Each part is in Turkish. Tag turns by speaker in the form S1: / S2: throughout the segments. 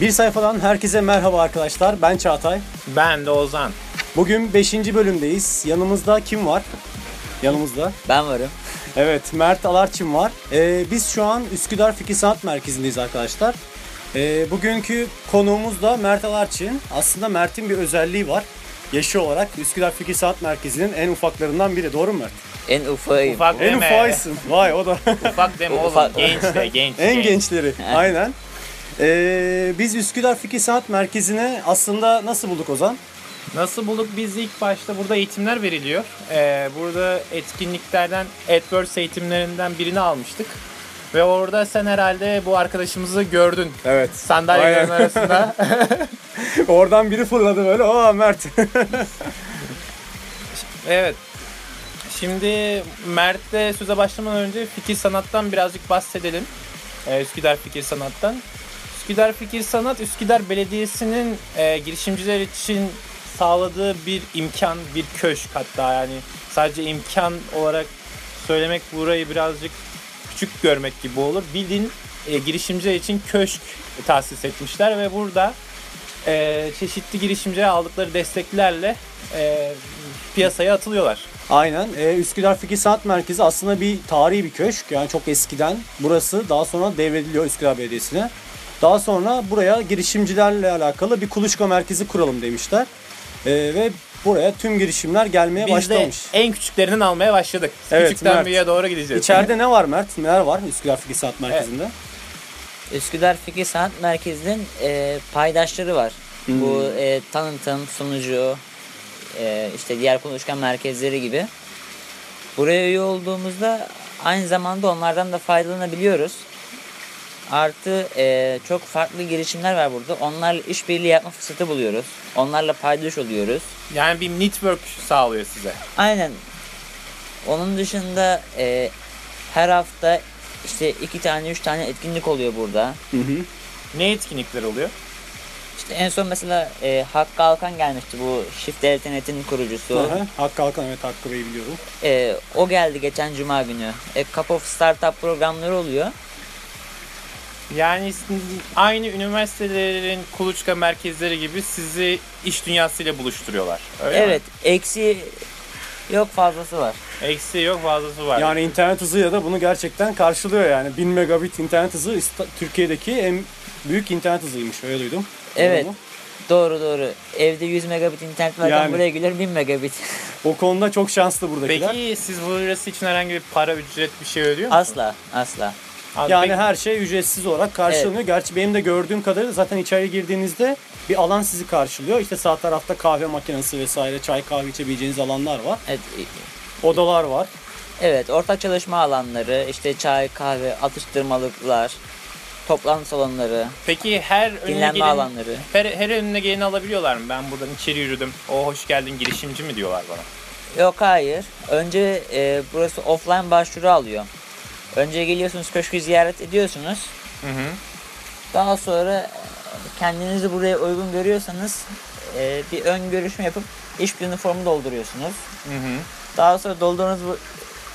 S1: Bir sayfadan herkese merhaba arkadaşlar. Ben Çağatay.
S2: Ben de Ozan.
S1: Bugün 5. bölümdeyiz. Yanımızda kim var? Yanımızda.
S3: Ben varım.
S1: Evet, Mert Alarçın var. Ee, biz şu an Üsküdar Fikir Sanat Merkezi'ndeyiz arkadaşlar. Ee, bugünkü konuğumuz da Mert Alarçın. Aslında Mert'in bir özelliği var. Yaşı olarak Üsküdar Fikir Sanat Merkezi'nin en ufaklarından biri. Doğru mu Mert?
S3: En ufağıyım.
S2: Ufak
S1: En
S2: deme.
S1: ufaysın. Vay o da.
S2: Ufak deme oğlum.
S3: Ufak.
S2: Genç de genç.
S1: En gençleri. Aynen. Ee, biz Üsküdar Fikir Sanat Merkezi'ni aslında nasıl bulduk Ozan?
S2: Nasıl bulduk? Biz ilk başta burada eğitimler veriliyor. Ee, burada etkinliklerden AdWords eğitimlerinden birini almıştık. Ve orada sen herhalde bu arkadaşımızı gördün.
S1: Evet.
S2: Sandalyelerin
S1: Aynen.
S2: arasında.
S1: Oradan biri fırladı böyle. Aa Mert.
S2: evet. Şimdi Mert'le söze başlamadan önce fikir sanattan birazcık bahsedelim. Ee, Üsküdar Fikir Sanat'tan. Üsküdar Fikir Sanat, Üsküdar Belediyesi'nin e, girişimciler için sağladığı bir imkan, bir köşk hatta yani sadece imkan olarak söylemek burayı birazcık küçük görmek gibi olur. Bildiğin e, girişimciler için köşk tahsis etmişler ve burada e, çeşitli girişimciye aldıkları desteklerle e, piyasaya atılıyorlar.
S1: Aynen. Ee, Üsküdar Fikir Sanat Merkezi aslında bir tarihi bir köşk. Yani çok eskiden burası daha sonra devrediliyor Üsküdar Belediyesi'ne. Daha sonra buraya girişimcilerle alakalı bir kuluçka merkezi kuralım demişler. Ee, ve buraya tüm girişimler gelmeye
S2: Biz
S1: başlamış.
S2: de en küçüklerinden almaya başladık.
S1: Evet,
S2: Küçükten
S1: Mert.
S2: büyüğe doğru gideceğiz.
S1: İçeride ne var Mert? Neler var Üsküdar Fikir Sanat Merkezi'nde?
S3: Üsküdar Fikir Sanat Merkezi'nin e, paydaşları var. Bu e, tanıtım, sunucu, e, işte diğer konuşkan merkezleri gibi. Buraya üye olduğumuzda aynı zamanda onlardan da faydalanabiliyoruz. Artı e, çok farklı girişimler var burada. Onlarla işbirliği yapma fırsatı buluyoruz. Onlarla paydaş oluyoruz.
S2: Yani bir network sağlıyor size.
S3: Aynen. Onun dışında e, her hafta işte iki tane üç tane etkinlik oluyor burada.
S2: Ne etkinlikler oluyor?
S3: İşte en son mesela e, Hakkı Alkan gelmişti bu Shift Internet'in kurucusu.
S1: Aha, Hakkı Alkan evet Hakkı Bey'i biliyorum.
S3: E, o geldi geçen cuma günü. E, Cup of Startup programları oluyor.
S2: Yani aynı üniversitelerin kuluçka merkezleri gibi sizi iş dünyasıyla buluşturuyorlar. Öyle mi?
S3: evet, eksi yok fazlası var.
S2: Eksiği yok fazlası var.
S1: Yani internet hızıyla da bunu gerçekten karşılıyor yani. 1000 megabit internet hızı İsta- Türkiye'deki en büyük internet hızıymış öyle duydum. Doğru
S3: Evet.
S1: mu?
S3: Doğru doğru. Evde 100 megabit internet varken
S1: Yani.
S3: buraya gelir 1000 megabit.
S1: O konuda çok şanslı buradakiler.
S2: Peki siz burası için herhangi bir para, ücret bir şey ödüyor musunuz?
S3: asla asla.
S2: Abi
S1: Yani
S2: peki-
S1: her şey ücretsiz olarak karşılanıyor. Gerçi benim de gördüğüm kadarıyla zaten içeri girdiğinizde bir alan sizi karşılıyor. İşte sağ tarafta kahve makinesi vesaire, çay kahve içebileceğiniz alanlar var.
S3: Evet,
S1: Odalar var.
S3: Evet, ortak çalışma alanları, işte çay, kahve, atıştırmalıklar, toplantı salonları,
S2: Peki her önüne
S3: dinlenme
S2: geleni-
S3: alanları.
S2: Her, her önüne geleni alabiliyorlar mı? Ben buradan içeri yürüdüm. O hoş geldin girişimci mi diyorlar bana.
S3: Yok hayır. Önce e, burası offline başvuru alıyor. Önce geliyorsunuz köşkü ziyaret ediyorsunuz. Daha sonra e, kendinizi buraya uygun görüyorsanız e, bir ön görüşme yapıp iş planı formu dolduruyorsunuz. Daha sonra doldurduğunuz bu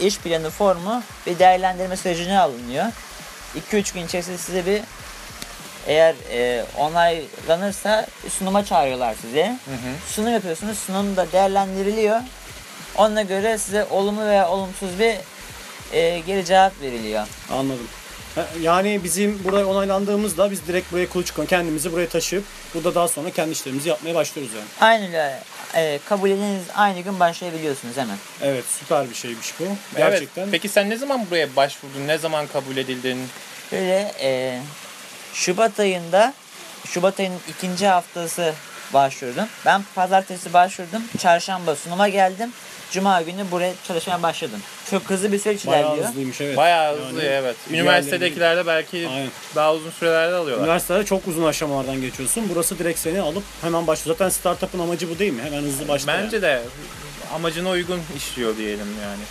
S3: iş planı formu bir değerlendirme sürecine alınıyor. 2-3 gün içerisinde size bir eğer e, onaylanırsa sunuma çağırıyorlar sizi. Sunum yapıyorsunuz. Sunum da değerlendiriliyor. Ona göre size olumlu veya olumsuz bir e, geri cevap veriliyor.
S1: Anladım. Ha, Yani bizim burada onaylandığımızda biz direkt buraya kuluçka kendimizi buraya taşıyıp burada daha sonra kendi işlerimizi yapmaya başlıyoruz yani.
S3: Aynı öyle, e, kabul ediniz aynı gün başlayabiliyorsunuz hemen.
S1: Evet süper bir şeymiş bu.
S2: Evet.
S1: Gerçekten.
S2: Peki sen ne zaman buraya başvurdun? Ne zaman kabul edildin?
S3: Böyle e, Şubat ayında Şubat ayının ikinci haftası başvurdum. Ben pazartesi başvurdum. Çarşamba sunuma geldim. Cuma günü buraya çalışmaya başladım. Çok hızlı bir süreç
S1: Bayağı
S3: ilerliyor.
S1: hızlıymış evet.
S2: Bayağı
S1: Yani
S2: hızlı evet.
S1: diğerleri-
S2: Üniversitedekilerde belki
S1: Aynen.
S2: daha uzun sürelerde alıyorlar.
S1: Üniversitede çok uzun aşamalardan geçiyorsun. Burası direkt seni alıp hemen başlıyor. Zaten startup'ın amacı bu değil mi? Hemen hızlı başlıyor.
S2: Bence de amacına uygun işliyor diyelim yani.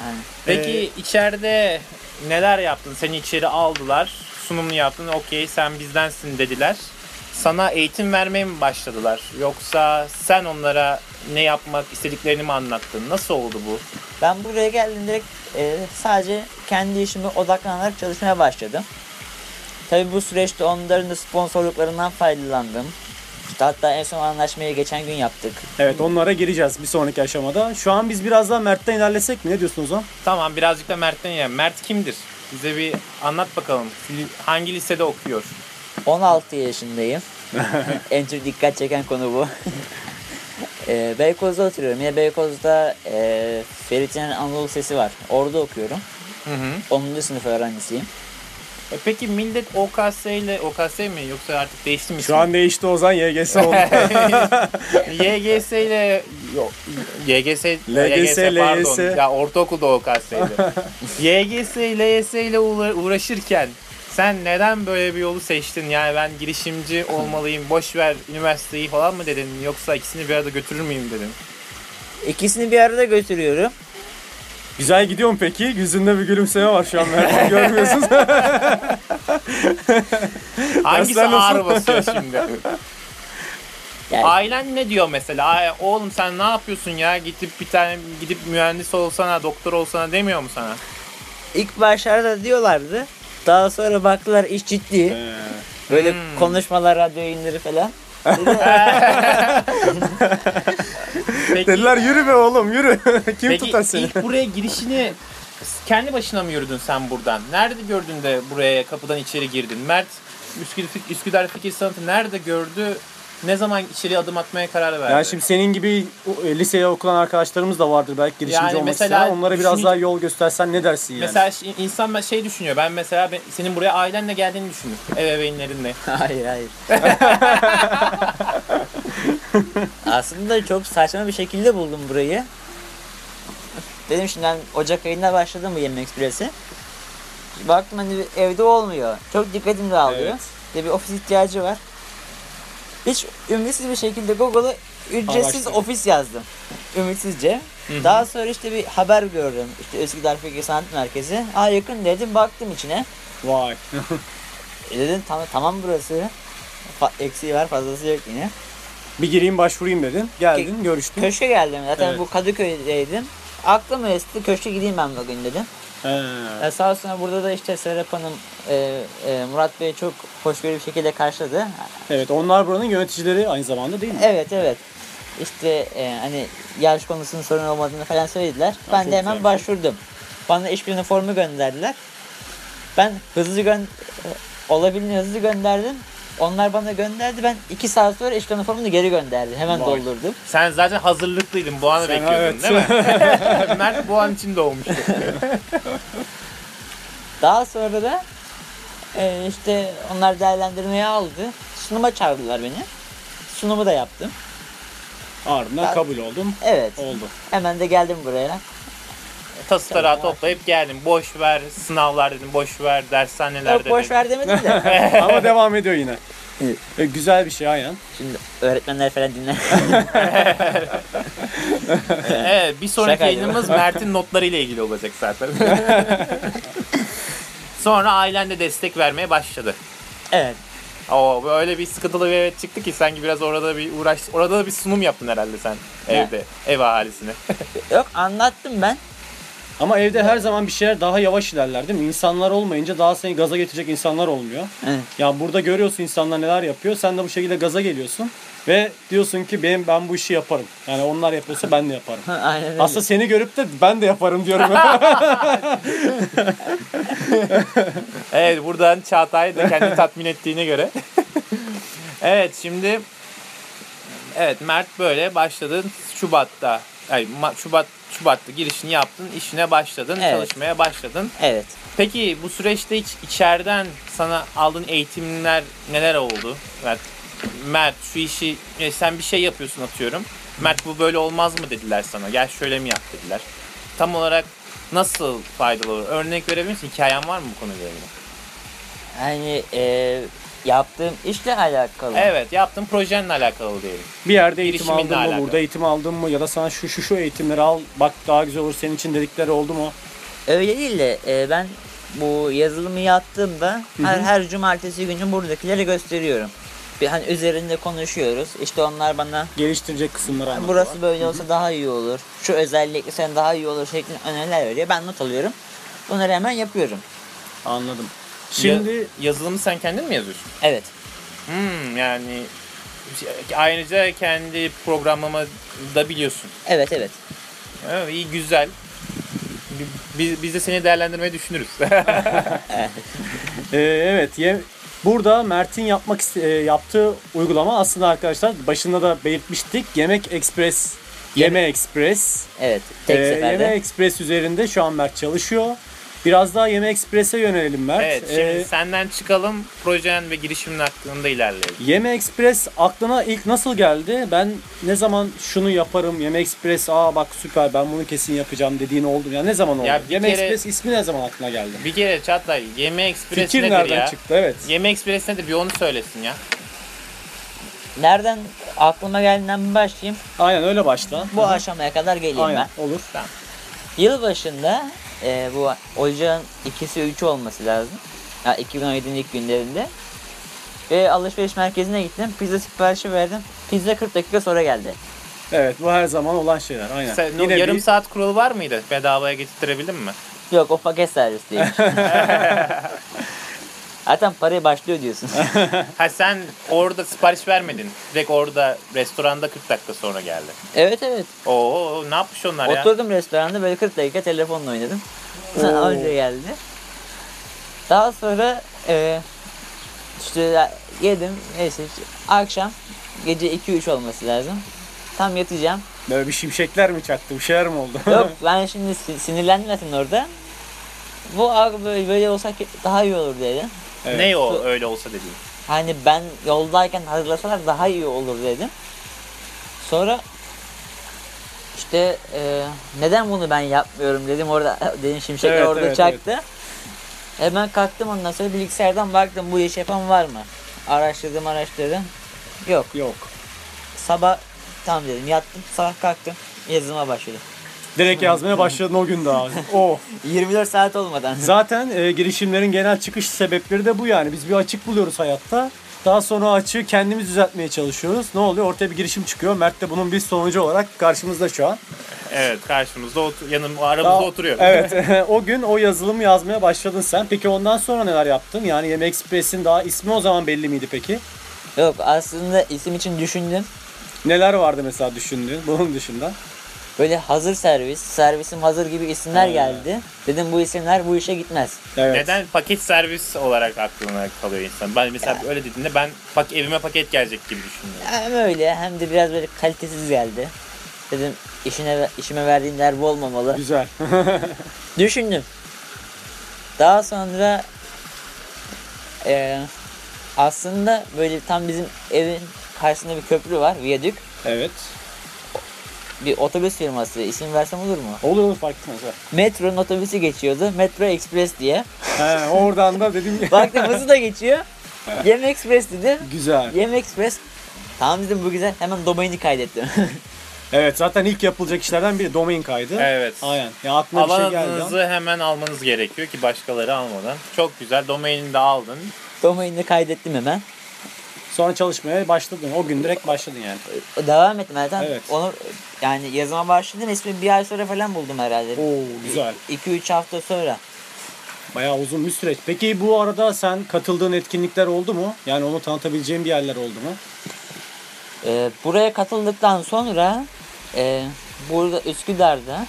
S3: Yani.
S2: Peki içeride neler yaptın? Seni içeri aldılar, sunumunu yaptın. Okey sen bizdensin dediler. Sana eğitim vermeye mi başladılar? Yoksa sen onlara ne yapmak istediklerini mi anlattın? Nasıl oldu bu?
S3: Ben buraya geldim direkt e, sadece kendi işime odaklanarak çalışmaya başladım. Tabii bu süreçte onların da sponsorluklarından faydalandım. İşte Hatta en son anlaşmayı geçen gün yaptık.
S1: Evet onlara gireceğiz bir sonraki aşamada. Şu an biz biraz daha Mert'ten ilerlesek mi? Ne diyorsunuz o?
S2: Tamam birazcık da Mert'ten ya. Mert kimdir? Bize bir anlat bakalım. Li- Hangi lisede okuyor?
S3: 16 yaşındayım. en çok dikkat çeken konu bu. Eee Beykoz'da oturuyorum. Yine Beykoz'da eee Ferit'in Anadolu Sesi var. Orada okuyorum.
S2: Hı hı.
S3: 10. sınıf öğrencisiyim.
S2: E peki millet OKS ile OKS mi yoksa artık değişti mi?
S1: Şu an değişti Ozan YGS oldu.
S2: Ee, YGS ile yok YGS
S1: LGS,
S2: pardon.
S1: LYS.
S2: Ya ortaokulda OKS'ydi. YGS LYS ile uğra- uğraşırken sen neden böyle bir yolu seçtin? Yani ben girişimci olmalıyım, boş ver üniversiteyi falan mı dedin? Yoksa ikisini bir arada götürür müyüm dedin?
S3: İkisini bir arada götürüyorum.
S1: Güzel gidiyor mu peki? Yüzünde bir gülümseme var şu an Mert. Görmüyorsunuz.
S2: Hangisi
S1: Dersler nasıl?
S2: ağır basıyor şimdi?
S3: Yani
S2: Ailen ne diyor mesela? Ay, Oğlum sen ne yapıyorsun ya? Gidip bir tane gidip mühendis olsana, doktor olsana demiyor mu sana?
S3: ilk başlarda diyorlardı. Daha sonra baktılar iş ciddi. Böyle konuşmalar, radyo yayınları falan.
S2: Peki,
S1: Dediler yürü be oğlum yürü. Kim
S2: peki
S1: tutar seni?
S2: ilk buraya girişini kendi başına mı yürüdün sen buradan? Nerede gördün de buraya kapıdan içeri girdin? Mert Üsküdar, Üsküdar Fikir Sanatı nerede gördü? Ne zaman içeri adım atmaya karar verdi?
S1: Yani şimdi senin gibi e, liseye okulan arkadaşlarımız da vardır belki girişimci
S2: Yani
S1: olmak
S2: mesela
S1: isteyen. Onlara biraz
S2: düşünün-
S1: daha yol göstersen ne dersin yani?
S2: Mesela şi- insan ben- şey düşünüyor. Ben mesela ben- senin buraya ailenle geldiğini düşünür. Ebeveynlerinle.
S3: Hayır hayır. Aslında çok saçma bir şekilde buldum burayı. Dedim şimdi ben Ocak ayında başladım bu Yemek Ekspresi. Baktım hani evde olmuyor. Çok dikkatim dağılıyor.
S1: Evet.
S3: De bir ofis ihtiyacı var. Hiç ümitsiz bir şekilde Google'a ücretsiz
S1: Araştırdım.
S3: ofis yazdım. Ümitsizce. Daha sonra işte bir haber gördüm. İşte Üsküdar Fikir Sanat Merkezi. Aa yakın dedim baktım içine.
S1: Vay.
S3: E dedim tam, tamam burası. Fa- eksiği var fazlası yok yine.
S1: bir gireyim başvurayım dedin. Geldin görüştün.
S3: Köşke geldim zaten
S1: Evet.
S3: bu Kadıköy'deydim. Aklım esti köşke gideyim ben bugün dedim.
S1: He.
S3: E, sağ olsun burada da işte Serap Hanım, e, e, Murat Bey çok hoşgörülü bir şekilde karşıladı.
S1: Evet onlar buranın yöneticileri aynı zamanda değil mi?
S3: Evet evet. İşte e, hani yaş konusunun sorun olmadığını falan söylediler. ben
S1: çok
S3: de hemen
S1: güzelmiş.
S3: başvurdum. Bana iş günü formu gönderdiler. Ben hızlı gön e, olabildiğince hızlı gönderdim. Onlar bana gönderdi. Ben iki saat sonra iş günü formunu geri gönderdim. Hemen
S1: Vay.
S3: doldurdum.
S2: Sen zaten hazırlıklıydın. Bu anı bekliyordun
S1: evet.
S2: değil mi? Mert bu an için doğmuştu.
S3: Daha sonra da e, işte onlar değerlendirmeye aldı. Sunuma çağırdılar beni. Sunumu da yaptım.
S1: Ardından
S3: Ben-
S1: kabul oldum.
S3: Evet.
S1: Oldu.
S3: Hemen de geldim buraya.
S2: Tası tarağı toplayıp geldim. Boş ver sınavlar dedim. Boş ver dershaneler
S3: Yok
S2: dedim.
S3: boş ver demedim de.
S1: Ama devam ediyor yine.
S3: Evet.
S1: E, güzel bir şey aynen.
S3: Şimdi öğretmenler falan dinler.
S2: Evet, bir sonraki
S3: Şaka
S2: yayınımız Mert'in notlarıyla ilgili olacak zaten. Sonra ailen de destek vermeye başladı.
S3: evet.
S2: Oo böyle bir sıkıntılı bir evet çıktı ki sanki biraz orada bir uğraş orada da bir sunum yaptın herhalde sen evde ev ahalisine.
S3: Yok anlattım ben.
S1: Ama evde her zaman bir şeyler daha yavaş ilerler değil mi? İnsanlar olmayınca daha seni gaza getirecek insanlar olmuyor.
S3: Evet.
S1: Ya burada görüyorsun insanlar neler yapıyor. Sen de bu şekilde gaza geliyorsun ve diyorsun ki ben ben bu işi yaparım. Yani onlar yapıyorsa ben de yaparım.
S3: Aynen öyle.
S1: Aslında seni görüp de ben de yaparım diyorum.
S2: evet buradan Çağatay'ı da kendi tatmin ettiğine göre. evet şimdi evet Mert böyle başladın Şubat'ta. Ay Ma- Şubat Şubat'ta girişini yaptın, işine başladın,
S3: Evet.
S2: çalışmaya başladın.
S3: Evet.
S2: Peki bu süreçte hiç içeriden sana aldığın eğitimler neler oldu? Mert, Mert şu işi e, sen bir şey yapıyorsun atıyorum. Mert bu böyle olmaz mı dediler sana. Gel şöyle mi yap dediler. Tam olarak nasıl faydalı olur? Örnek verebilir misin? Hikayen var mı bu konuyla ilgili?
S3: Yani e, yaptığım işle alakalı.
S2: Evet yaptığın projenle alakalı diyelim.
S1: bir yerde eğitim
S2: Girişiminle
S1: aldın mı,
S2: alakalı.
S1: burada eğitim aldın mı ya da sana şu şu şu eğitimleri al bak daha güzel olur senin için dedikleri oldu mu?
S3: Öyle değil de e, ben bu yazılımı yaptığımda her,
S1: hı.
S3: her cumartesi günü buradakilere gösteriyorum. Bir hani üzerinde konuşuyoruz. İşte onlar bana
S1: Geliştirecek kısımları anlatıyorlar.
S3: burası böyle olsa daha iyi olur. Şu özellikle sen daha iyi olur şeklinde öneriler veriyor. Ben not alıyorum. Bunları hemen yapıyorum.
S1: Anladım. Şimdi
S2: Ya- yazılımı sen kendin mi yazıyorsun?
S3: Evet.
S2: Hmm, yani ayrıca kendi programlama da biliyorsun.
S3: Evet evet.
S2: Evet, iyi güzel. Bi- Biz, biz de seni değerlendirmeyi düşünürüz.
S1: Ee, evet ye- burada Mert'in yapmak iste- e, yaptığı uygulama aslında arkadaşlar başında da belirtmiştik. Yemek Express. Yeme Express.
S3: Evet. Tek
S1: Ee,
S3: seferde.
S1: Yeme Express üzerinde şu an Mert çalışıyor. Biraz daha Yeme Express'e yönelelim Mert.
S2: evet, şimdi
S1: Ee,
S2: senden çıkalım. Projen ve girişimin hakkında ilerleyelim.
S1: Yeme Express aklına ilk nasıl geldi? Ben ne zaman şunu yaparım Yeme Express aa bak süper ben bunu kesin yapacağım dediğin oldu. Ya ne zaman oldu?
S2: Ya bir
S1: Yeme
S2: kere-
S1: Express ismi ne zaman aklına geldi?
S2: Bir kere Çağatay, Yeme Express
S1: Fikir
S2: nedir
S1: nereden
S2: ya?
S1: çıktı? Evet.
S2: Yeme Express nedir? Bir onu söylesin ya.
S3: Nereden aklıma geldiğinden bir başlayayım.
S1: Aynen öyle başla.
S3: Bu aşamaya kadar geleyim
S1: Aynen
S3: ben.
S1: olur.
S3: Yılbaşında e, bu ocağın ikisi üç olması lazım. Ya 2017'nin ilk günlerinde. Ve alışveriş merkezine gittim. Pizza siparişi verdim. Pizza 40 dakika sonra geldi.
S1: Evet bu her zaman olan şeyler aynen.
S2: Sen-
S1: Yine
S2: yarım
S1: bir-
S2: saat kuralı var mıydı? Bedavaya getirebildin mi?
S3: Yok o paket servis değil. Zaten parayı başlıyor diyorsun.
S2: Ha sen orada sipariş vermedin. Direkt orada restoranda 40 dakika sonra geldi.
S3: evet evet.
S2: Oo ne yapmış onlar ya?
S3: Oturdum restoranda böyle 40 dakika telefonla oynadım. Sonra
S1: Oo.
S3: Önce geldi. Daha sonra e, işte yedim. Neyse akşam gece 2-3 olması lazım. Tam yatacağım.
S1: Böyle bir şimşekler mi çaktı? Bir şeyler mi oldu?
S3: Yok ben şimdi sin- sinirlendim zaten orada. Bu abi böyle, böyle olsak daha iyi olur dedim.
S1: Evet.
S2: Ne o
S3: Su-
S2: öyle olsa dediğin?
S3: Hani ben yoldayken hazırlasalar daha iyi olur dedim. Sonra işte e, neden bunu ben yapmıyorum dedim orada dedim şimşekler
S1: Evet,
S3: orada
S1: evet,
S3: çaktı. Hemen kalktım ondan sonra bilgisayardan baktım bu iş yapan var mı? Araştırdım araştırdım. Yok.
S1: Yok.
S3: Sabah tam dedim yattım sabah kalktım yazılıma başladım.
S1: Direkt yazmaya başladın o gün daha. Oh. O.
S3: 24 saat olmadan.
S1: Zaten e, girişimlerin genel çıkış sebepleri de bu yani. Biz bir açık buluyoruz hayatta. Daha sonra o açığı kendimiz düzeltmeye çalışıyoruz. Ne oluyor? Ortaya bir girişim çıkıyor. Mert de bunun bir sonucu olarak karşımızda şu an.
S2: Evet karşımızda otur, yanım aramızda
S1: Daha-
S2: oturuyor.
S1: Evet. o gün o yazılımı yazmaya başladın sen. Peki ondan sonra neler yaptın? Yani Yemek Express'in daha ismi o zaman belli miydi peki?
S3: Yok aslında isim için düşündüm.
S1: Neler vardı mesela düşündüğün bunun dışında?
S3: Böyle hazır servis, servisim hazır gibi isimler geldi. Dedim bu isimler bu işe gitmez.
S1: Evet.
S2: Neden paket servis olarak aklına kalıyor insan? Ben mesela öyle dediğinde ben pak evime paket gelecek gibi düşünüyorum.
S3: Hem öyle hem de biraz böyle kalitesiz geldi. Dedim işine işime verdiğim değer bu olmamalı.
S1: Güzel.
S3: Düşündüm. Daha sonra eee, aslında böyle tam bizim evin karşısında bir köprü var, viyadük.
S1: evet.
S3: Bir otobüs firması isim versem olur mu?
S1: Olur olur fark etmez.
S3: Metro'nun otobüsü geçiyordu. Metro Express diye.
S1: He, oradan da dedim
S3: Baktım hızı da geçiyor. Yem Express dedim.
S1: güzel.
S3: Yem Express. Tamam dedim bu güzel. Hemen domaini kaydettim.
S1: Evet zaten ilk yapılacak işlerden biri domain kaydı.
S2: Evet.
S1: Aynen. Ya aklıma bir
S2: Alan
S1: şey geldi. ama-
S2: adınızı hemen almanız gerekiyor ki başkaları almadan. Çok güzel domainini de aldın.
S3: domainini kaydettim hemen.
S1: Sonra çalışmaya başladın. O gün direkt başladın yani.
S3: Devam ettim zaten.
S1: Evet.
S3: Onu yani yazıma başladım. İsmini bir ay sonra falan buldum herhalde.
S1: Oo güzel.
S3: 2-3 hafta sonra.
S1: Bayağı uzun bir süreç. Peki bu arada sen katıldığın etkinlikler oldu mu? Yani onu tanıtabileceğin bir yerler oldu mu?
S3: Ee, buraya katıldıktan sonra e, burada Üsküdar'da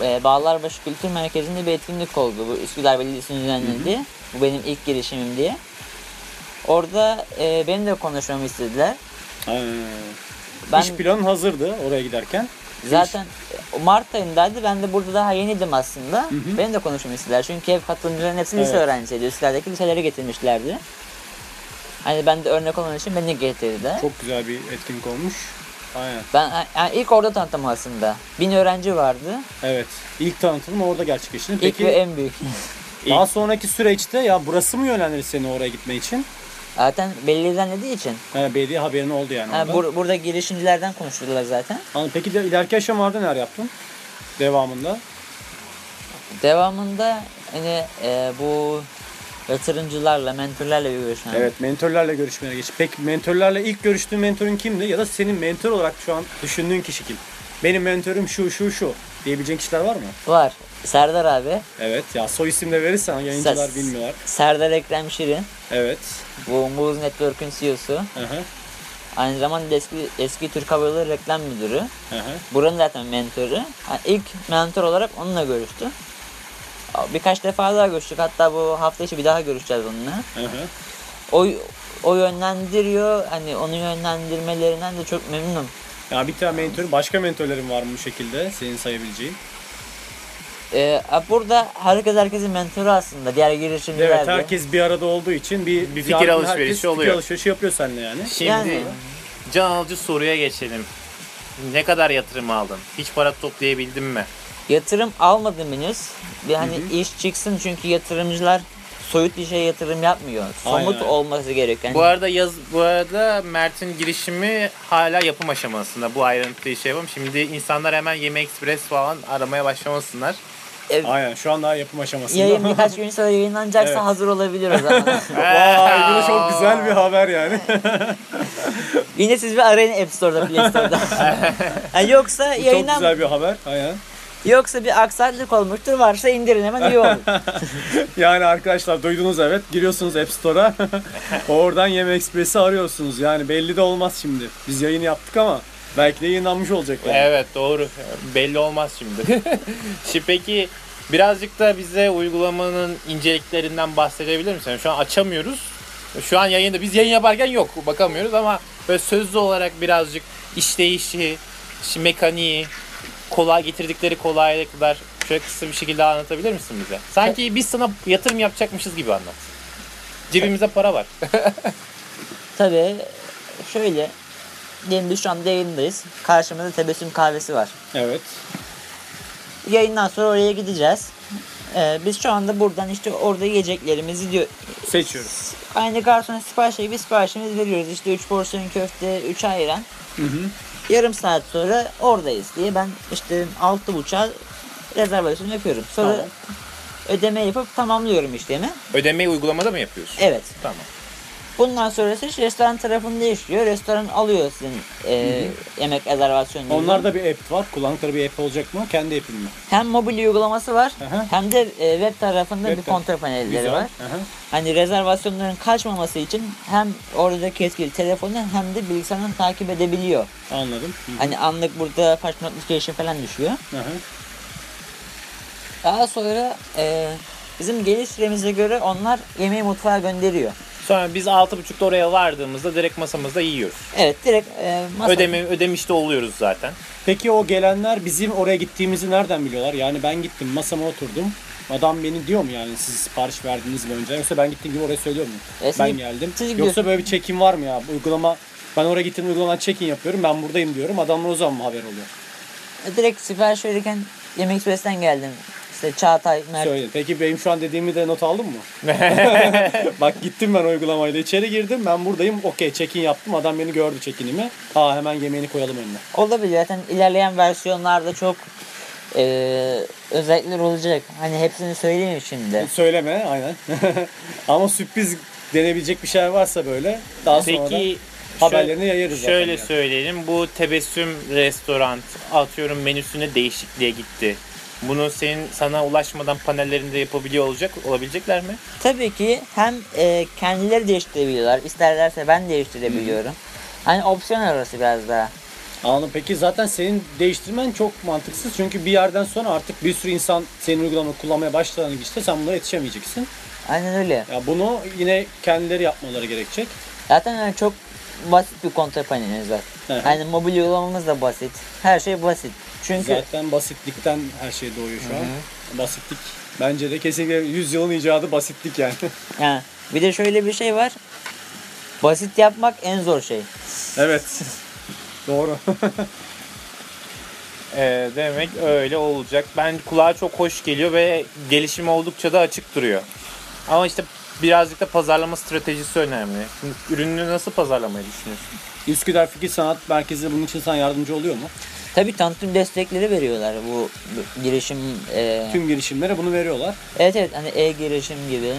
S3: e, Bağlarbaşı Kültür Merkezi'nde bir etkinlik oldu. Bu Üsküdar Belediyesi'nin düzenlediği. Bu benim ilk girişimim diye. Orada e, benim de konuşmamı istediler. Ben
S1: İş planın hazırdı oraya giderken.
S3: zaten Mart ayındaydı. Ben de burada daha yeniydim aslında. Benim de konuşmamı istediler. Çünkü hep katılımcıların hepsi lise
S1: Evet.
S3: öğrencisiydi. Üsküdar'daki liseleri getirmişlerdi. Hani ben de örnek olmak için beni de getirdiler.
S1: Çok güzel bir etkinlik olmuş. Aynen.
S3: Ben yani ilk orada tanıttım aslında. Bin öğrenci vardı.
S1: Evet. İlk tanıtım orada gerçekleşti.
S3: İlk ve
S1: Peki
S3: en büyük.
S1: daha sonraki süreçte ya burası mı yönlendirdi seni oraya gitme için?
S3: Zaten belirlenen dediği için.
S1: Yani belediye haberin oldu yani.
S3: Ha,
S1: ondan.
S3: bur- burada girişimcilerden konuştular zaten.
S1: Anladım. Peki de ileriki aşamalarda neler yaptın? Devamında.
S3: Devamında hani e, bu yatırımcılarla, mentörlerle bir görüşme.
S1: Evet, mentörlerle görüşmeye geç. Peki mentörlerle ilk görüştüğün mentorun kimdi? Ya da senin mentor olarak şu an düşündüğün kişi kim? Benim mentörüm şu şu şu diyebileceğin kişiler var mı?
S3: Var. Serdar abi.
S1: Evet ya soy isim de verirsen yayıncılar
S3: Ses-
S1: bilmiyorlar.
S3: Serdar Ekrem Şirin.
S1: Evet.
S3: Bu Muz Network'ün CEO'su.
S1: Hı hı.
S3: Aynı zamanda eski eski Türk Hava Yolları reklam müdürü.
S1: Hı hı.
S3: Buranın zaten mentörü. Yani ilk mentor olarak onunla görüştüm. Birkaç defa daha görüştük. Hatta bu hafta içi bir daha görüşeceğiz onunla.
S1: Hı hı.
S3: O, o yönlendiriyor. Hani onun yönlendirmelerinden de çok memnunum.
S1: Ya bir tane mentörüm, başka mentörlerim var mı bu şekilde senin sayabileceğin?
S3: Ee, burada herkes herkesin mentoru aslında. Diğer girişimciler
S1: Evet,
S3: de.
S1: herkes bir arada olduğu için bir,
S2: Bir fikir
S1: yardım-
S2: alışverişi
S1: herkes
S2: oluyor.
S1: Fikir alışverişi yapıyor seninle yani.
S2: Şimdi
S3: Yani.
S2: can alıcı soruya geçelim. Ne kadar yatırım aldın? Hiç para toplayabildin mi?
S3: Yatırım almadım henüz. Bir hani iş çıksın çünkü yatırımcılar soyut bir şeye yatırım yapmıyor. Somut
S1: Aynen.
S3: olması gerekiyor. Yani
S2: Bu arada yaz bu arada Mert'in girişimi hala yapım aşamasında. Bu ayrıntıyı şey yapalım. Şimdi insanlar hemen Yeme Express falan aramaya başlamasınlar.
S3: ev-
S1: Aynen şu an daha yapım aşamasında.
S3: yayın birkaç gün sonra yayınlanacaksa
S1: Evet.
S3: hazır olabilir o zaman.
S1: Vay bu da çok güzel bir haber yani.
S3: Yine siz bir arayın App Store'da, Play Store'da. Yani yoksa
S1: çok
S3: yayınlan
S1: güzel bir haber. Aynen.
S3: yoksa bir aksaklık olmuştur. Varsa indirin hemen iyi olur.
S1: Yani arkadaşlar duydunuz evet. Giriyorsunuz App Store'a. Oradan Yeme Express'i arıyorsunuz. Yani belli de olmaz şimdi. Biz yayın yaptık ama belki de yayınlanmış olacak. Yani.
S2: Evet doğru. Belli olmaz şimdi. şimdi peki birazcık da bize uygulamanın inceliklerinden bahsedebilir misin? Şu an açamıyoruz. Şu an yayında biz yayın yaparken yok bakamıyoruz ama böyle sözlü olarak birazcık işleyişi, işte mekaniği, kolay getirdikleri kolaylıklar şöyle kısa bir şekilde anlatabilir misin bize? Sanki biz sana yatırım yapacakmışız gibi anlat. Cebimize para var.
S3: Tabii şöyle. Diyelim biz şu anda yayındayız. Karşımızda tebessüm kahvesi var.
S1: Evet.
S3: Yayından sonra oraya gideceğiz. Ee, biz şu anda buradan işte orada yiyeceklerimizi diyor.
S1: Seçiyoruz.
S3: Aynı garsona siparişi gibi siparişimizi veriyoruz. İşte 3 porsiyon köfte, 3 ayran. Yarım saat sonra oradayız diye ben işte 6.30'a rezervasyon yapıyorum. Sonra
S1: Tamam.
S3: ödeme yapıp tamamlıyorum işlemi.
S2: Ödemeyi uygulamada mı yapıyorsun?
S3: Evet.
S2: Tamam.
S3: Bundan sonrası iş restoran tarafında işliyor. Restoran alıyor sizin e, yemek rezervasyonunu.
S1: Onlarda bir app var. Kullandıkları bir app olacak mı? Kendi app'in mi?
S3: hem mobil uygulaması var
S1: Aha.
S3: hem de e, web tarafında
S1: Web
S3: bir
S1: taraf-
S3: kontrol panelleri
S1: Güzel.
S3: var.
S1: Aha.
S3: Hani rezervasyonların kaçmaması için hem oradaki etkili telefonu hem de bilgisayarını takip edebiliyor.
S1: Anladım. Hı.
S3: Hani anlık burada patch notification falan düşüyor.
S1: Aha.
S3: Daha sonra e, bizim geliş süremize göre onlar yemeği mutfağa gönderiyor.
S2: Sonra biz 6.30'da oraya vardığımızda direkt masamızda yiyoruz.
S3: Evet direkt e, masa-
S2: Ödeme, ödemiş de oluyoruz zaten.
S1: Peki o gelenler bizim oraya gittiğimizi nereden biliyorlar? Yani ben gittim masama oturdum. Adam beni diyor mu yani siz sipariş verdiniz mi önce? Yoksa ben gittiğim gibi oraya söylüyor muyum?
S3: E, siz-
S1: ben geldim.
S3: siz
S1: Yoksa
S3: gidiyorsun.
S1: böyle bir check-in var mı ya? Uygulama ben oraya gittim uygulamadan check-in yapıyorum. Ben buradayım diyorum. Adamlar o zaman mı haber oluyor?
S3: direkt sipariş verirken Yemek Express'ten geldim. İşte Çağatay, Mert
S1: Söyle. Peki benim şu an dediğimi de not aldın mı? Bak gittim ben uygulamayla içeri girdim. Ben buradayım. Okey check-in yaptım. Adam beni gördü check-in'imi. Ha hemen yemeğini koyalım önüne.
S3: olabilir. Zaten ilerleyen versiyonlarda çok e, özellikler olacak. Hani hepsini söyleyeyim şimdi.
S1: Söyleme aynen. Ama sürpriz denebilecek bir şeyler varsa böyle daha sonra da
S2: Peki
S1: haberlerini
S2: şö-
S1: yayarız zaten
S2: Şöyle
S1: yani.
S2: söyleyelim. Bu tebessüm restoran atıyorum menüsüne değişikliğe gitti. Bunu senin sana ulaşmadan panellerinde yapabiliyor olacak olabilecekler mi?
S3: Tabii ki hem e, kendileri değiştirebiliyorlar. İsterlerse ben değiştirebiliyorum. Hani opsiyon arası biraz daha.
S1: anladım. Peki zaten senin değiştirmen çok mantıksız. Çünkü bir yerden sonra artık bir sürü insan senin uygulamanı kullanmaya başladığını işte sen bunlara yetişemeyeceksin.
S3: Aynen öyle.
S1: Ya bunu yine kendileri yapmaları gerekecek.
S3: Zaten öyle çok basit bir kontrol panelimiz var.
S1: Hı hı.
S3: Hani mobil uygulamamız da basit. Her şey basit. Çünkü
S1: Zaten basitlikten her şey doğuyor şu an. Basitlik bence de kesinlikle yüzyılın icadı basitlik yani.
S3: yani bir de şöyle bir şey var. Basit yapmak en zor şey.
S1: evet. Doğru.
S2: Ee, demek öyle olacak. Ben kulağa çok hoş geliyor ve gelişimi oldukça da açık duruyor. Ama işte birazcık da pazarlama stratejisi önemli. Ürününü nasıl pazarlamayı düşünüyorsun?
S1: Üsküdar Fikir Sanat Merkezi bunun için sana yardımcı oluyor mu?
S3: Tabii tanıtım destekleri veriyorlar bu bu girişim. e,
S1: Tüm girişimlere bunu veriyorlar.
S3: Evet evet hani e-girişim gibi.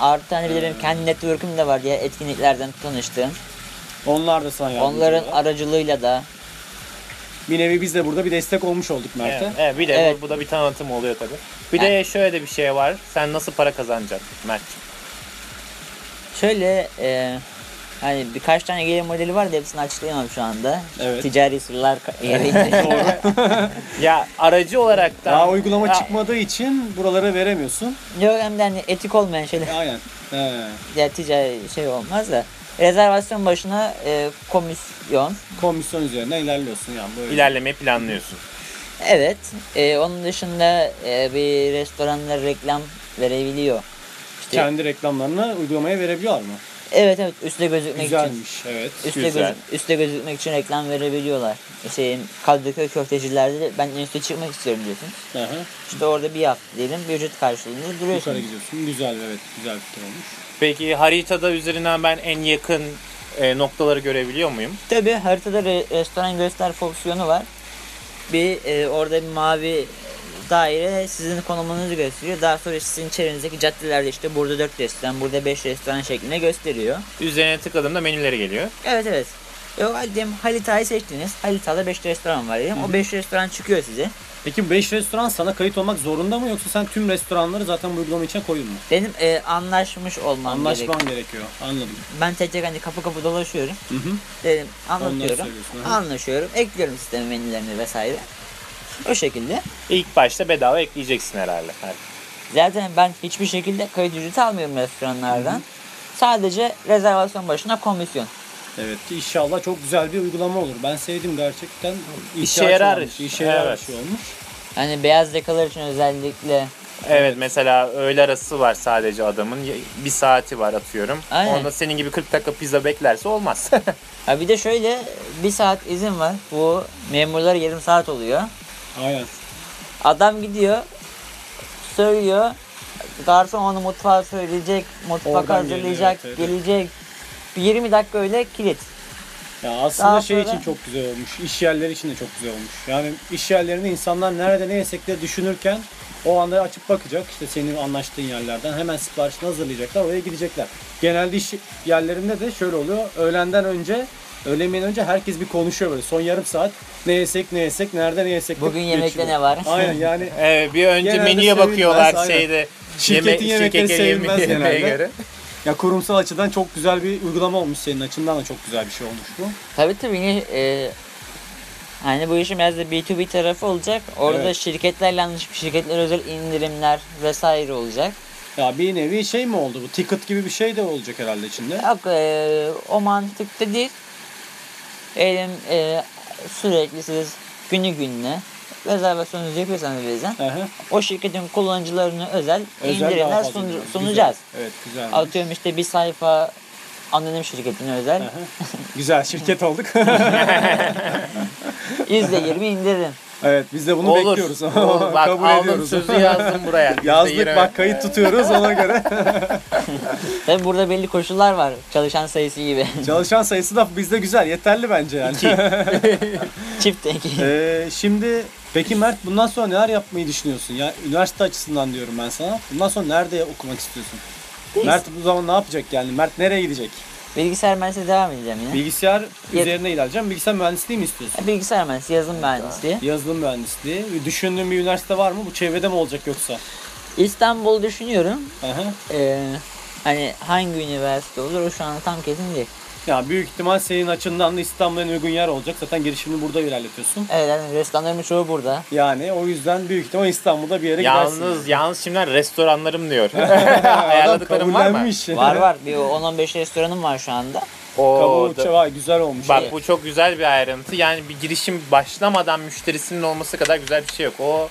S3: Artı hani bir de benim kendi network'üm de var diye etkinliklerden tanıştığım.
S1: Onlar da sana yardımcı
S3: Onların
S1: oluyorlar.
S3: aracılığıyla da
S1: Bir nevi biz de burada bir destek olmuş olduk Mert'e.
S2: Evet, evet, bir de
S3: Evet.
S2: bu, bu da bir tanıtım oluyor tabii. Bir de şöyle de bir şey var. Sen nasıl para kazanacaksın Mert'ciğim?
S3: Şöyle e, hani birkaç tane gelir modeli var da hepsini açıklayamam şu anda.
S1: Evet.
S3: Ticari sırlar ka- yerinde.
S2: Ya aracı olarak da...
S1: Daha uygulama
S2: Ya,
S1: çıkmadığı için buralara veremiyorsun.
S3: Yok hem de hani etik olmayan şeyler.
S1: Aynen. He.
S3: Ya ticari şey olmaz da. Rezervasyon başına e, komisyon.
S1: Komisyon üzerine ilerliyorsun yani böyle.
S2: ilerlemeyi planlıyorsun.
S3: Evet. e, onun dışında e, bir restoranlar reklam verebiliyor. İşte,
S1: Kendi reklamlarını uygulamaya verebiliyorlar mı?
S3: Evet evet üstte gözükmek için.
S1: Güzelmiş evet.
S3: Üste,
S2: Güzel.
S3: gözük- üste gözükmek için reklam verebiliyorlar. Şey, Kadıköy köftecilerde de ben en üste çıkmak istiyorum diyorsun.
S1: Hı hı.
S3: İşte orada bir hafta diyelim bir ücret karşılığında
S1: Yukarı
S3: duruyorsun.
S1: gidiyorsun. Güzel evet. Güzel fikir olmuş.
S2: Peki haritada üzerinden ben en yakın e, noktaları görebiliyor muyum?
S3: Tabi haritada re- restoran göster fonksiyonu var. Bir e, orada bir mavi daire sizin konumunuzu gösteriyor. Daha sonra sizin çevrenizdeki caddelerde işte burada 4 restoran, burada 5 restoran şeklinde gösteriyor.
S2: Üzerine tıkladığımda menüleri geliyor.
S3: Evet evet. E, o halde diyelim Halita'yı seçtiniz. Halita'da 5 restoran var diyelim. O 5 restoran çıkıyor size.
S1: Peki 5 restoran sana kayıt olmak zorunda mı yoksa sen tüm restoranları zaten bu uygulama içine koydun mu?
S3: Benim e, anlaşmış olmam gerek.
S1: Anlaşman gerekiyor. Anladım.
S3: Ben tek tek hani kapı kapı dolaşıyorum.
S1: Hı hı.
S3: Dedim
S1: Onları
S3: anlatıyorum.
S1: söylüyorsun, aha.
S3: Anlaşıyorum. Ekliyorum sisteme menülerini vesaire. O şekilde.
S2: İlk başta bedava ekleyeceksin herhalde. Evet.
S3: Zaten ben hiçbir şekilde kayıt ücreti almıyorum restoranlardan. Sadece rezervasyon başına komisyon.
S1: Evet inşallah çok güzel bir uygulama olur. Ben sevdim gerçekten. İhtiyaç
S2: yarar
S1: olmuş,
S2: iş.
S1: işe yarar
S2: Evet.
S1: bir şey olmuş.
S3: Hani beyaz yakalar için özellikle
S2: Evet mesela öğle arası var sadece adamın. Y- Bir saati var atıyorum.
S3: Aynen.
S2: Onda senin gibi 40 dakika pizza beklerse olmaz.
S3: Ha bir de şöyle bir saat izin var. Bu memurlar yarım saat oluyor.
S1: Aynen.
S3: Adam gidiyor söylüyor. Garson onu mutfağa söyleyecek, mutfak
S1: Oradan
S3: hazırlayacak,
S1: geliyor, evet, evet.
S3: gelecek. Bir 20 dakika öyle kilit.
S1: Ya aslında
S3: Daha
S1: şey
S3: sonra-
S1: için çok güzel olmuş. İş yerleri için de çok güzel olmuş. Yani iş yerlerinde insanlar nerede ne yesek düşünürken o anda açıp bakacak. İşte senin anlaştığın yerlerden hemen siparişini hazırlayacaklar. Oraya gidecekler. Genelde iş yerlerinde de şöyle oluyor. Öğlenden önce öğle yemeğinden önce herkes bir konuşuyor böyle. Son yarım saat ne yesek ne yesek nerede ne yesek
S3: Bugün
S1: diye
S3: yemekte
S1: geçiyor.
S3: ne var?
S1: Aynen yani
S2: Ee, bir önce
S1: Genelde
S2: menüye
S1: sevilmez,
S2: bakıyorlar
S1: aynen.
S2: şeyde.
S1: Şirketin yemekleri
S2: şirkete yeme-
S1: sevilmez
S2: yemeğe
S1: genelde. ya kurumsal açıdan çok güzel bir uygulama olmuş senin açından da çok güzel bir şey olmuş bu.
S3: Tabii tabii yine e, hani bu işin biraz da B2B tarafı olacak. Orada
S1: Evet.
S3: şirketlerle anlaşıp şirketlere özel indirimler vesaire olacak.
S1: Ya bir nevi şey mi oldu bu? Ticket gibi bir şey de olacak herhalde içinde.
S3: Yok e, o mantıkta değil. Elim e, sürekli siz günü gününe rezervasyonunuzu yapıyorsanız bizden
S1: Aha,
S3: o şirketin kullanıcılarına özel,
S1: özel daha
S3: indirimler
S1: fazla
S3: sunu-
S1: güzel.
S3: sunacağız.
S1: Güzel. Evet güzel.
S3: Atıyorum işte bir sayfa anonim şirketine özel
S1: Aha, güzel şirket olduk.
S3: %20 indirim.
S1: evet biz de bunu
S2: Olur.
S1: bekliyoruz.
S2: Olur. Bak
S1: Kabul
S2: aldım
S1: ediyoruz.
S2: sözü yazdım buraya.
S1: Yazdık
S2: %20.
S1: bak kayıt tutuyoruz ona göre.
S3: Tabi burada belli koşullar var çalışan sayısı gibi.
S1: Çalışan sayısı da bizde güzel. Yeterli bence yani.
S3: Çift denk.
S1: Ee, şimdi peki Mert bundan sonra neler yapmayı düşünüyorsun? Ya üniversite açısından diyorum ben sana. Bundan sonra nerede okumak istiyorsun? Mert bu zaman ne yapacak yani? Mert nereye gidecek?
S3: Bilgisayar mühendisliği devam edeceğim yine.
S1: Bilgisayar
S3: Yet-
S1: üzerine ilerleyeceğim. Bilgisayar mühendisliği mi istiyorsun?
S3: Ya Bilgisayar mühendisliği, yazılım mühendisliği.
S1: Yazılım mühendisliği. Düşündüğün bir üniversite var mı? Bu çevrede mi olacak yoksa?
S3: İstanbul düşünüyorum.
S1: Aha.
S3: Ee, hani hangi üniversite olur o şu an tam kesin değil.
S1: Ya büyük ihtimal senin açından da İstanbul'a en uygun yer olacak. Zaten girişimini burada ilerletiyorsun.
S3: Evet yani restoranların çoğu burada.
S1: Yani o yüzden büyük ihtimal İstanbul'da bir yere gidersin.
S2: Yalnız yalnız şimdiden restoranlarım diyor. Ayarladıklarım var mı?
S1: Kabullenmiş.
S3: Var var bir 10-15 restoranım var şu anda.
S1: Kabuğu
S2: Oo, da-
S1: uçağı güzel olmuş.
S2: Bak bu çok güzel bir ayrıntı. Yani bir girişim başlamadan müşterisinin olması kadar güzel bir şey yok. O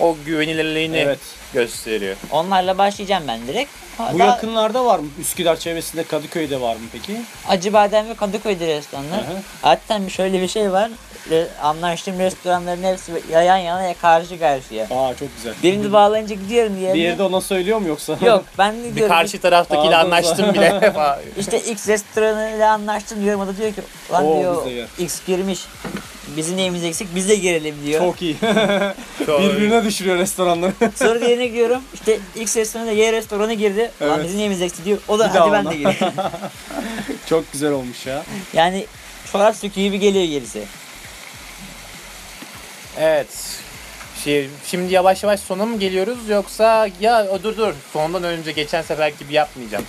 S2: o güvenilirliğini
S1: Evet.
S2: gösteriyor.
S3: Onlarla başlayacağım ben direkt. Ha,
S1: Bu
S3: daha
S1: yakınlarda var mı? Üsküdar çevresinde Kadıköy'de var mı peki?
S3: Acıbadem ve Kadıköy'de restoranlar.
S1: Hı hı.
S3: Hatta bir- şöyle bir şey var. Re- anlaştığım restoranların hepsi ya yan yana ya karşı karşıya.
S1: Aa çok güzel.
S3: Birini bağlayınca gidiyorum diğerine.
S1: Bir yerde ona söylüyor mu yoksa?
S3: Yok ben de
S2: Bir
S3: diyorum.
S2: karşı taraftakiyle
S1: Ağzınıza-
S2: anlaştım bile.
S3: İşte X restoranıyla anlaştım diyorum. O da diyor ki lan
S1: Oo, biz de
S3: diyor
S1: gel."
S3: X girmiş. Bizim neyimiz eksik biz de girelim diyor.
S1: Çok iyi.
S2: Çok-
S1: Birbirine düşürüyor restoranları.
S3: Sonra diğerine gidiyorum. İşte X restoranına Y restoranı girdi. Lan
S1: Evet.
S3: bizim neyimiz eksik diyor. O da
S1: Bir daha
S3: hadi ben
S1: ona.
S3: de gireyim.
S1: çok güzel olmuş ya.
S3: yani çorap söküğü gibi geliyor gerisi.
S2: Evet. Şey, şimdi yavaş yavaş sona mı geliyoruz yoksa ya o dur dur sondan önce geçen sefer gibi yapmayacağım.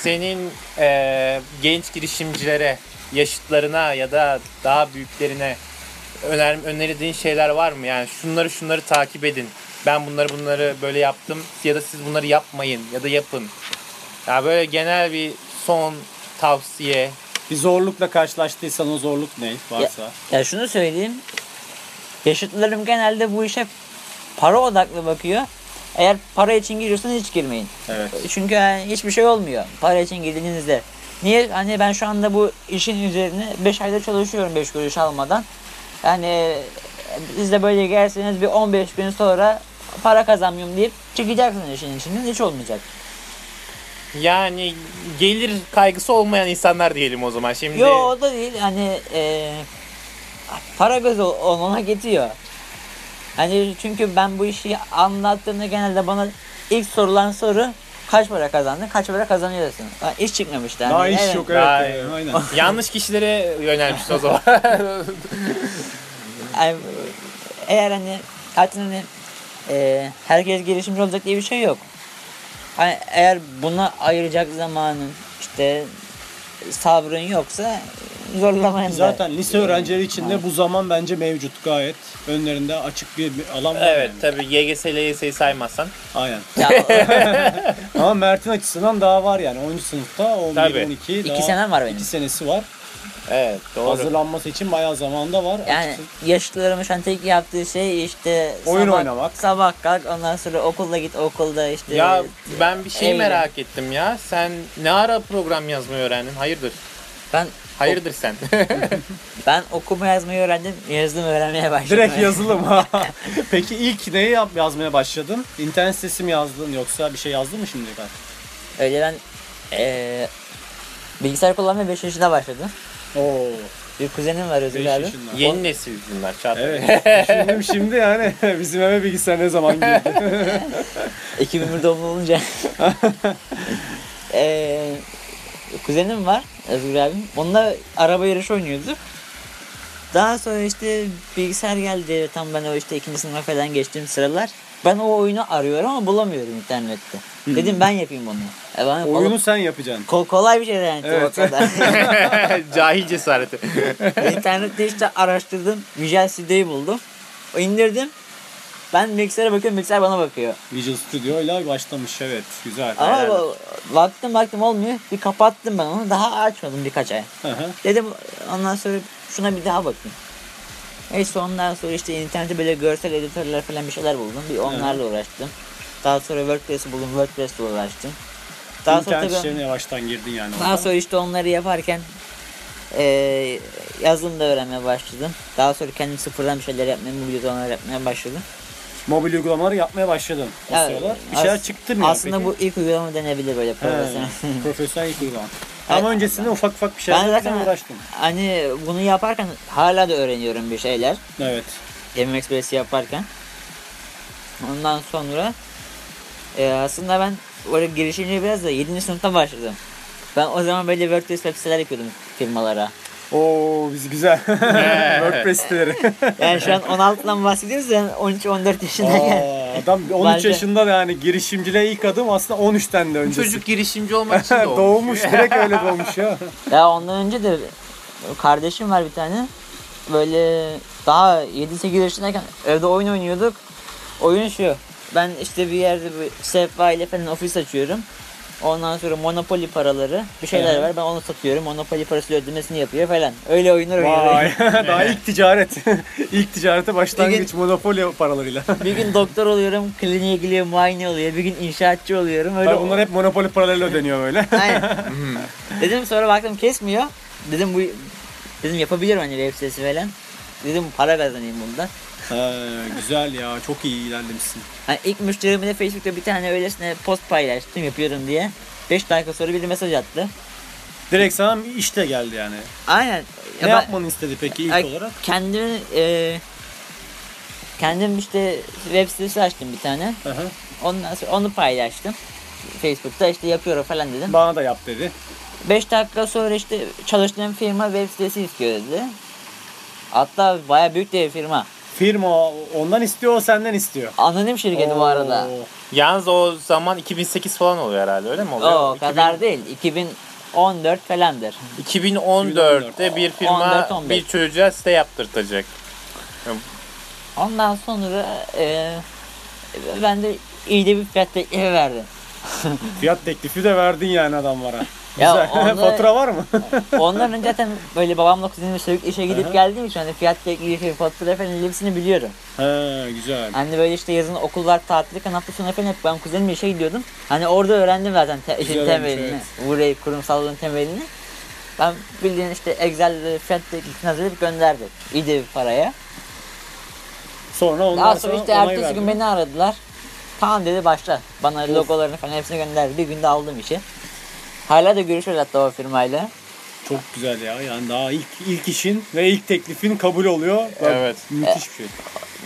S2: Senin eee, genç girişimcilere, yaşıtlarına ya da daha büyüklerine öner, önerdiğin şeyler var mı? Yani şunları şunları takip edin. Ben bunları bunları böyle yaptım ya da siz bunları yapmayın ya da yapın. Ya böyle genel bir son tavsiye.
S1: Bir zorlukla karşılaştıysan o zorluk ne varsa.
S3: Ya şunu söyleyeyim. Yaşıtlarım genelde bu işe para odaklı bakıyor. Eğer para için giriyorsanız hiç girmeyin.
S1: Evet.
S3: Çünkü yani hiçbir şey olmuyor para için girdiğinizde. Niye? Hani ben şu anda bu işin üzerine 5 ayda çalışıyorum 5 kuruş almadan. Yani e, siz de böyle gelseniz bir 15 gün sonra para kazanmıyorum deyip çıkacaksınız işin içinden hiç olmayacak.
S2: Yani gelir kaygısı olmayan insanlar diyelim o zaman. Şimdi
S1: Ee,
S3: Yo o da değil hani e, para göz ol- olmama yetiyor. Hani çünkü ben bu işi anlattığımda genelde bana ilk sorulan soru kaç para kazandın, kaç para kazanıyorsun. Ha, iş çıkmamıştı. hani,
S1: Daha iş
S3: evet.
S1: yok
S2: Daha
S1: evet.
S2: iyi.
S1: Aynen.
S2: Yanlış kişilere yönelmişsin o zaman.
S3: Yani, eğer hani zaten hani e, herkes girişimci olacak diye bir şey yok. Hani eğer buna ayıracak zamanın işte sabrın yoksa zorlamayın da.
S1: Zaten lise öğrencileri için de bu zaman bence mevcut gayet. Önlerinde açık bir bir alan var.
S2: evet
S1: yani.
S2: tabii YGS ile YS'yi saymazsan.
S1: Aynen.
S3: Ya,
S1: Ama Mert'in açısından daha var yani. 10. sınıfta 11,
S2: Tabii.
S1: 12
S3: İki
S1: daha
S3: senem var benim.
S1: 2 senesi var.
S2: Evet doğru.
S1: Hazırlanması için bayağı zamanda var.
S3: Yani
S1: Açıkçası-
S3: yaşlılarımın şu an tek yaptığı şey işte
S1: Oyun
S3: sabah,
S1: oynamak.
S3: Sabah kalk ondan sonra okula git okulda işte.
S2: Ya ben bir şey
S3: Eyle.
S2: merak ettim ya. Sen ne ara program yazmayı öğrendin? Hayırdır?
S3: Ben
S2: Hayırdır sen?
S3: ben okuma yazmayı öğrendim. Yazdım öğrenmeye başladım.
S1: Direkt yazılım ha. Peki ilk neyi yap- yazmaya başladın? İnternet sitesi mi yazdın yoksa bir şey yazdın mı şimdiye kadar?
S3: Öyle ben eee bilgisayar kullanmaya 5 yaşında başladım.
S1: Oo,
S3: Bir kuzenim var Özgür
S1: 5
S3: abi.
S1: yaşında.
S2: Yeni nesil bunlar Çağatay.
S1: Evet. Düşündüm şimdi yani bizim eve bilgisayar ne zaman girdi?
S3: 2001 doğumlu olunca. Eee Ee, kuzenim var Özgür abim. Onunla araba yarışı oynuyorduk. Daha sonra işte bilgisayar geldi. Tam ben o işte ikinci sınıfa falan geçtiğim sıralar. Ben o oyunu arıyorum ama bulamıyorum internette. Dedim ben yapayım onu. E bana kol-
S1: Hmm. Oyunu sen yapacaksın.
S3: kol- kolay bir şey yani.
S1: Evet.
S2: Cahil cesareti.
S3: İnternette işte araştırdım. Visual Studio'yu buldum. İndirdim. Ben bilgisayara bakıyorum, bilgisayar bana bakıyor.
S1: Visual Studio ile başlamış evet güzel.
S3: Ama
S1: Helal.
S3: ba- baktım baktım olmuyor. Bir kapattım ben onu. Daha açmadım birkaç ay.
S1: Hı hı.
S3: Dedim ondan sonra şuna bir daha bakayım. Neyse ondan sonra işte internette böyle görsel editörler falan bir şeyler buldum. Bir onlarla uğraştım. Daha sonra WordPress'i buldum. WordPress'le uğraştım. Daha sonra,
S1: İnternet
S3: tabii-
S1: işlerine yavaştan girdin yani.
S3: daha
S1: oradan.
S3: sonra işte onları yaparken eee yazılım da öğrenmeye başladım. Daha sonra kendim sıfırdan bir şeyler yapmaya, mobil uygulamalar yapmaya başladım.
S1: Mobil uygulamaları yapmaya başladın. bu
S3: Yani
S1: sıralar. Bir şeyler
S3: as-
S1: çıktı mı? yani
S3: Aslında
S1: peki?
S3: bu ilk uygulama denebilir böyle
S1: He,
S3: profesyonel.
S1: profesyonel ilk uygulama. Ama öncesinde ufak ufak bir
S3: ben
S1: şeylerle
S3: zaten
S1: sen uğraştın.
S3: hani bunu yaparken hala da öğreniyorum bir şeyler.
S1: Evet.
S3: Game Express'i yaparken. Ondan sonra e, aslında ben böyle girişimci biraz da 7. sınıfta başladım. Ben o zaman böyle WordPress web siteler yapıyordum firmalara.
S1: Oo biz güzel. WordPress siteleri.
S3: Yani şu an 16'dan bahsediyoruz da 13-14 yaşındayken.
S1: Aa, adam 13
S3: Bence-
S1: yaşında da yani girişimciliğe ilk adım aslında 13'ten de öncesi.
S2: Çocuk girişimci olmak için doğmuş.
S1: doğmuş direkt öyle doğmuş ya.
S3: Ya ondan önce de kardeşim var bir tane. Böyle daha 7-8 yaşındayken evde oyun oynuyorduk. Oyun şu. Ben işte bir yerde bir Sefa ile falan ofis açıyorum. Ondan sonra Monopoly paraları bir şeyler
S1: Hı.
S3: var. Ben onu satıyorum. Monopoly parası ödemesini yapıyor falan. Öyle oyunlar oynuyor.
S1: Vay. Daha ilk ticaret. ilk ticarete başlangıç monopoli paralarıyla.
S3: bir gün doktor oluyorum. Kliniğe geliyor muayene oluyor. Bir gün inşaatçı oluyorum. Öyle
S1: Tabii bunlar hep monopoli paralarıyla ödeniyor böyle.
S3: Aynen. dedim sonra baktım kesmiyor. Dedim bu dedim yapabilirim hani web sitesi falan. Dedim para kazanayım bundan.
S1: Ha, güzel ya çok iyi ilerlemişsin.
S3: Hani ilk müşterime de Facebook'ta bir tane öylesine post paylaştım yapıyorum diye. 5 dakika sonra biri mesaj attı.
S1: Direkt sana bir iş de geldi yani.
S3: Aynen.
S1: ne
S3: ben-
S1: yapmanı istedi peki ilk
S3: ay-
S1: olarak?
S3: Kendimi e, kendim işte web sitesi açtım bir tane.
S1: Aha.
S3: Ondan sonra onu paylaştım. Facebook'ta işte yapıyorum falan dedim.
S1: Bana da yap dedi.
S3: 5 dakika sonra işte çalıştığım firma web sitesi istiyor dedi. Hatta baya büyük de bir firma.
S1: firma ondan istiyor o senden istiyor.
S3: Anonim şirketi bu arada.
S1: Oo.
S2: Yalnız o zaman 2008 falan oluyor herhalde öyle mi oluyor?
S3: O
S2: 2000
S3: kadar değil. 2014 falandır.
S2: 2014'te bir firma
S3: 14-15.
S2: bir çocuğa site yaptırtacak.
S3: Ondan sonra e, ben de iyi de bir fiyat teklifi verdim.
S1: Fiyat teklifi de verdin yani adamlara.
S3: Ya
S1: Güzel.
S3: onda-
S1: Fatura var mı?
S3: Ondan önce zaten böyle babamla kuzenimle sürekli işe gidip geldiğim için hani fiyat teklifi, fatura falan hepsini biliyorum.
S1: He güzel.
S3: Hani böyle işte yazın okullar tatili kanatlı sonu falan hep ben kuzenimle işe gidiyordum. Hani orada öğrendim zaten te- işin
S1: Güzel olmuş,
S3: temelini. Burayı kurumsallığın temelini. Ben bildiğin işte Excel'de fiyat teklifini hazırlayıp gönderdim. İyi de bir paraya.
S1: Sonra ondan
S3: Daha sonra işte
S1: onay
S3: ertesi gün
S1: verdin.
S3: beni aradılar. Tamam dedi başla. Bana logolarını falan hepsini gönderdi. Bir günde aldım işi. Hala da görüşüyoruz hatta o firmayla.
S1: Çok güzel ya. Yani daha ilk ilk işin ve ilk teklifin kabul oluyor. Bak,
S2: Evet.
S1: Müthiş bir şey.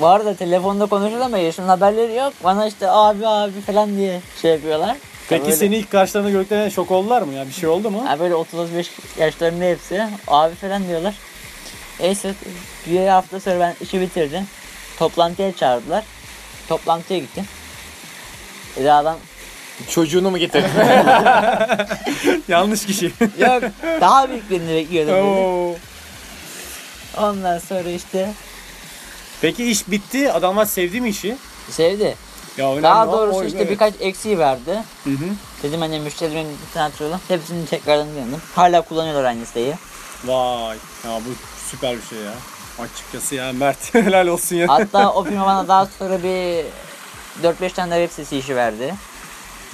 S3: Bu arada telefonda konuşuyoruz ama yaşının haberleri yok. Bana işte abi abi falan diye şey yapıyorlar.
S1: Peki
S3: Böyle-
S1: seni ilk karşılarına gördüklerine şok oldular mı ya? Bir şey oldu mu?
S3: Ha böyle 35 yaşlarında hepsi. Abi falan diyorlar. Neyse bir hafta sonra ben işi bitirdim. Toplantıya çağırdılar. Toplantıya gittim. E daha adam
S2: Çocuğunu mu getirdin?
S1: Yanlış kişi.
S3: yok daha büyük birini bekliyordum dedi.
S1: Oo.
S3: Ondan sonra işte
S1: Peki iş bitti. Adamlar sevdi mi işi?
S3: sevdi.
S1: Ya önemli
S3: Daha
S1: olan
S3: doğrusu
S1: o,
S3: işte
S1: evet.
S3: birkaç eksiği verdi.
S1: Hı hı.
S3: Dedim hani müşterimin bir tane hatırlayalım. Hepsini tekrardan denedim. Hala kullanıyorlar aynı siteyi.
S1: Vay. Ya bu süper bir şey ya. Açıkçası ya Mert helal olsun ya.
S3: Hatta o firma bana daha sonra bir 4-5 tane web sitesi işi verdi.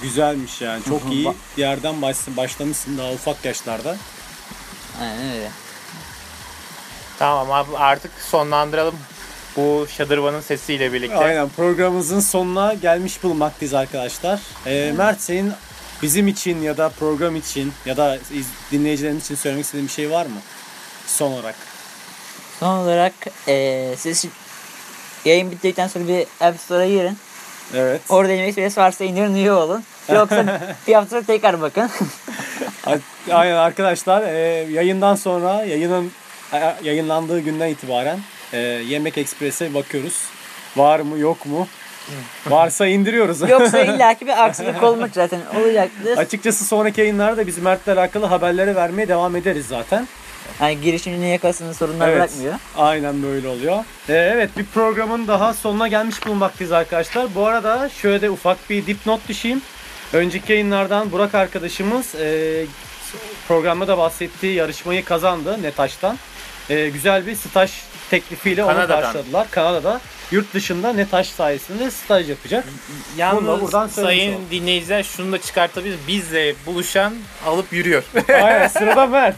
S1: Güzelmiş yani. Çok
S3: Hı hı,
S1: iyi
S3: bak.
S1: bir yerden baş- başlamışsın daha ufak yaşlarda.
S3: Aynen öyle.
S2: tamam abi artık sonlandıralım. Bu Şadırvan'ın sesiyle birlikte.
S1: Aynen programımızın sonuna gelmiş bulunmaktayız arkadaşlar. Ee, Mert senin bizim için ya da program için ya da iz- dinleyicilerimiz için söylemek istediğin bir şey var mı? Son olarak.
S3: Son olarak eee siz şi- yayın bittikten sonra bir App Store'a girin.
S1: Evet.
S3: Orada MXPS varsa indirin üye olun. Yoksa bir hafta sonra tekrar bakın.
S1: A- Aynen arkadaşlar e, yayından sonra yayının a- yayınlandığı günden itibaren e, Yemek Ekspres'e bakıyoruz. Var mı yok mu? Varsa indiriyoruz.
S3: Yoksa illaki bir aksilik olmuş zaten olacaktır.
S1: Açıkçası sonraki yayınlarda biz Mert'le alakalı haberleri vermeye devam ederiz zaten.
S3: Hani girişimcinin yakasını sorunlar bırakmıyor.
S1: Aynen böyle oluyor. Ee, evet bir programın daha sonuna gelmiş bulunmaktayız arkadaşlar. Bu arada şöyle de ufak bir dipnot düşeyim. Önceki yayınlardan Burak arkadaşımız e, programda da bahsettiği yarışmayı kazandı Netaş'tan. E, güzel bir staj teklifiyle onu
S2: Kanada'dan.
S1: karşıladılar. Kanada'da yurt dışında Netaş sayesinde staj yapacak. Bunu da
S2: Yalnız
S1: buradan söylemiş
S2: sayın
S1: olalım.
S2: dinleyiciler şunu da çıkartabiliriz. Bizle buluşan alıp yürüyor.
S1: Aynen sırada Mert.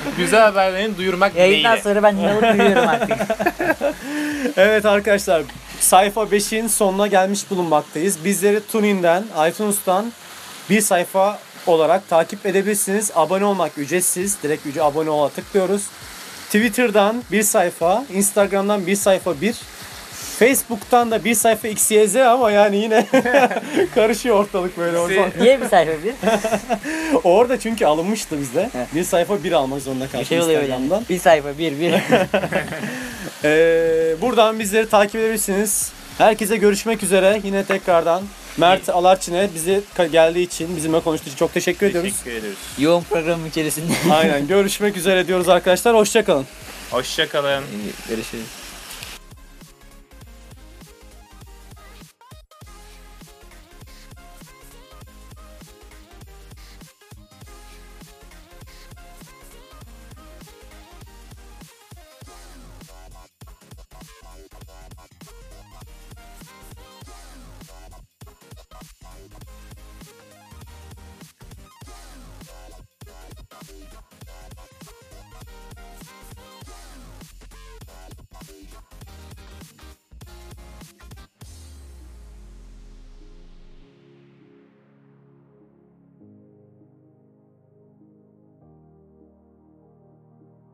S2: Güzel haberlerini duyurmak
S3: Yayından
S2: dileğiyle.
S3: sonra ben yalıp yürüyorum artık.
S1: Evet arkadaşlar sayfa 5'in sonuna gelmiş bulunmaktayız. Bizleri TuneIn'den, iTunes'tan bir sayfa olarak takip edebilirsiniz. Abone olmak ücretsiz. Direkt ücret abone ol'a tıklıyoruz. Twitter'dan bir sayfa, Instagram'dan bir sayfa bir. Facebook'tan da bir sayfa XYZ ama yani yine karışıyor ortalık böyle. Orada,
S3: Niye bir sayfa bir?
S1: orada çünkü alınmıştı bizde. Bir sayfa bir almak zorunda
S3: Bir
S1: kaldık
S3: şey oluyor
S1: Instagram'dan.
S3: yani. Bir sayfa bir bir.
S1: Ee, buradan bizleri takip edebilirsiniz. Herkese görüşmek üzere. Yine tekrardan Mert Alarçin'e bize ka- geldiği için, bizimle konuştuğu için çok teşekkür ediyoruz.
S2: Teşekkür ederiz.
S3: Yoğun programın içerisinde.
S1: Aynen. Görüşmek üzere diyoruz arkadaşlar. Hoşçakalın.
S2: Hoşçakalın.
S3: Görüşürüz.